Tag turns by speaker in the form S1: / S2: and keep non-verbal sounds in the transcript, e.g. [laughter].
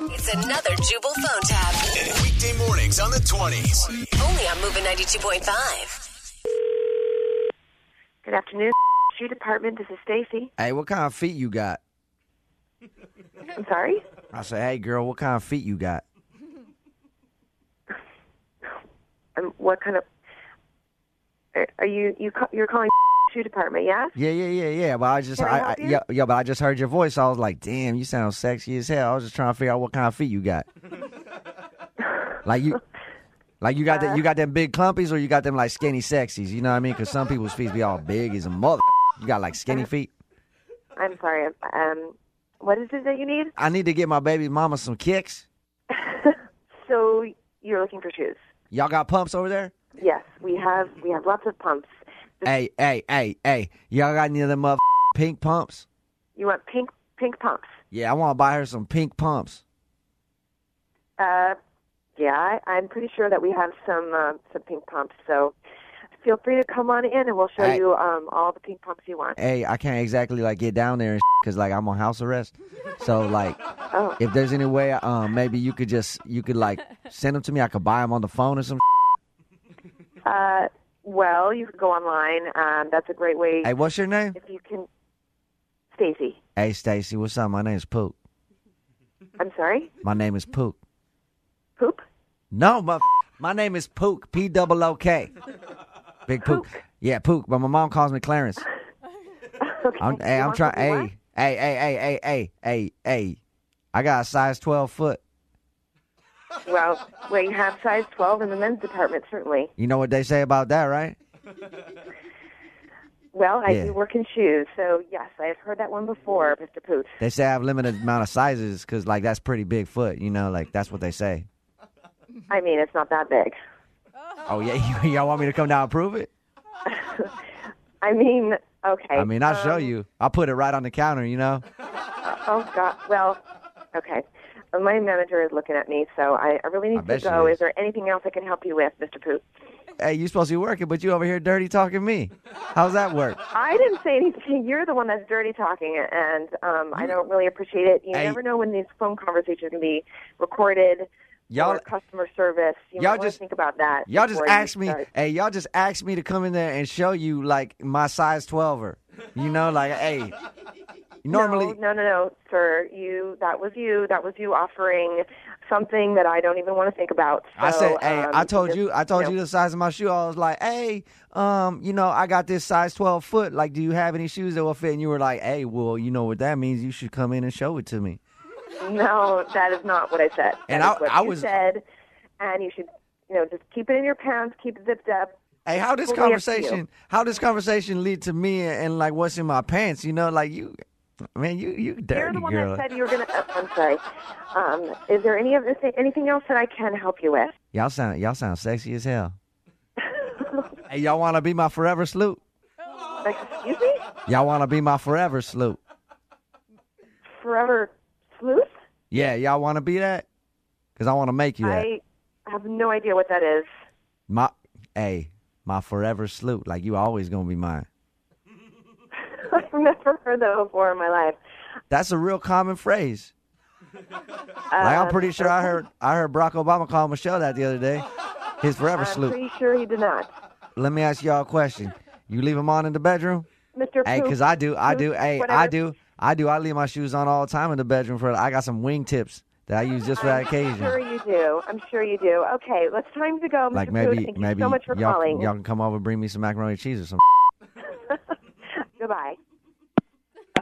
S1: It's another Jubal phone tab.
S2: Weekday mornings on the 20s.
S1: Only on Moving 92.5.
S3: Good afternoon, shoe department. This is Stacy.
S4: Hey, what kind of feet you got?
S3: I'm sorry.
S4: I say, hey, girl, what kind of feet you got?
S3: Um, what kind of are, are you? You ca- you're calling shoe department? Yes.
S4: Yeah, yeah, yeah, yeah. But I just,
S3: Can I
S4: I, I,
S3: help you?
S4: yeah, yeah, but I just heard your voice. I was like, damn, you sound sexy as hell. I was just trying to figure out what kind of feet
S3: [laughs]
S4: you got. like you, like you got that,
S3: Uh.
S4: you got them big clumpies, or you got them like skinny sexies. You know what I mean? Because some people's feet be all big as a mother. You got like skinny
S3: Uh-huh.
S4: feet.
S3: I'm sorry. Um, what is it that you need?
S4: I need to get my baby mama some kicks.
S3: So you're looking for shoes?
S4: Y'all got pumps over there?
S3: Yes, we have. We have lots of pumps.
S4: Hey, hey, hey, hey. Y'all got any of them mother pink pumps?
S3: You want pink pink pumps?
S4: Yeah, I want to buy her some pink pumps.
S3: Uh, yeah, I, I'm pretty sure that we have some uh, some pink pumps. So feel free to come on in, and we'll show
S4: Hey.
S3: you um, all the pink pumps you want.
S4: hey, I can't exactly like get down there and because like I'm on house arrest. So like,
S3: Oh.
S4: if there's any way, um, maybe you could just you could like send them to me. I could buy them on the phone or some.
S3: Uh, well, you could go online. Um, that's a great way
S4: Hey, what's your name?
S3: if you can. Stacy,
S4: Hey, Stacy, what's up? My name's Poop.
S3: I'm sorry.
S4: My name is Poop.
S3: Poop.
S4: No, my my name is Pook. P double O K. Big Pook. Yeah, Pook. But my mom calls me Clarence.
S3: [laughs] Okay.
S4: I'm, hey,
S3: You
S4: I'm
S3: want
S4: trying.
S3: something you want?
S4: Hey, hey, hey, hey, hey, hey, hey, hey. I got a size twelve foot.
S3: Well, we have size 12 in the men's department, certainly.
S4: You know what they say about that, right?
S3: Well, I
S4: Yeah.
S3: do work in shoes, so yes, I have heard that one before, Mr. Pooch.
S4: They say I have limited amount of sizes because like that's pretty big foot, you know, like that's what they say.
S3: I mean, it's not that big.
S4: Oh yeah, [laughs] y'all want me to come down and prove it?
S3: I mean, okay. um,
S4: I mean, I'll show you. I'll put it right on the counter, you know.
S3: Oh, God. Well, okay. Uh, My manager is looking at me, so I, I really need
S4: I bet
S3: to
S4: she
S3: go.
S4: is.
S3: Is there anything else I can help you with, Mr. Pooch?
S4: Hey, you supposed to be working, but you over here dirty talking me. How's that work?
S3: I didn't say anything. You're the one that's dirty talking, and um, I don't really appreciate it. You
S4: Hey.
S3: never know when these phone conversations can be recorded.
S4: Y'all,
S3: or customer service. You
S4: y'all
S3: might wanna
S4: just-
S3: think about that.
S4: y'all just
S3: before you
S4: asked me.
S3: start.
S4: Hey, y'all just asked me to come in there and show you like my size twelver. You know, like hey, normally.
S3: No, no, no, no, sir. You that was you. That was you offering something that I don't even want to think about.
S4: I
S3: So,
S4: said, hey,
S3: um,
S4: I told
S3: just,
S4: you, I told
S3: know,
S4: you the size of my shoe. I was like, hey, um, you know, I got this size 12 foot. Like, do you have any shoes that will fit? And you were like, hey, well, you know what that means? You should come in and show it to me.
S3: [laughs] No, that is not what I said.
S4: And
S3: That
S4: I-
S3: is what
S4: I
S3: you
S4: was-
S3: said, and you should, you know, just keep it in your pants, keep it zipped up.
S4: Hey, how this
S3: Totally up to
S4: conversation, how this conversation lead to me and, and, like what's in my pants? You know, like you, man, you, you dirty
S3: You're the one
S4: girl.
S3: that said you were gonna. Uh, I'm sorry. Um, is there any other thing, anything else that I can help you with?
S4: y'all sound, y'all sound sexy
S3: [laughs]
S4: as hell. hey, y'all want to be my forever sloop?
S3: Like, excuse me,
S4: Y'all want to be my forever sloop?
S3: forever sleuth.
S4: Yeah, y'all want to be that? Cause I want to make you that.
S3: I have no idea what that is.
S4: My hey, my forever sloop. Like you always gonna be mine.
S3: I've never heard that before in my life.
S4: That's a real common phrase. Like I'm pretty sure I heard I heard Barack Obama call Michelle that the other day. His forever
S3: I'm
S4: sloop.
S3: pretty sure he did not.
S4: Let me ask y'all a question. You leave them on in the bedroom?
S3: Mr.
S4: Hey,
S3: Poop,
S4: cause I do, I do,
S3: Poop,
S4: hey, I
S3: whatever.
S4: do, I do. I leave my shoes on all the time in the bedroom for I got some wingtips that I use just for
S3: I'm
S4: that
S3: [laughs] sure
S4: occasion.
S3: you do. I'm sure you do. Okay, let's time to go, Mr.
S4: Like
S3: Poop.
S4: maybe
S3: Thank
S4: maybe
S3: you so much for
S4: y'all,
S3: calling.
S4: y'all can come over and bring me some macaroni and cheese or some
S3: Goodbye.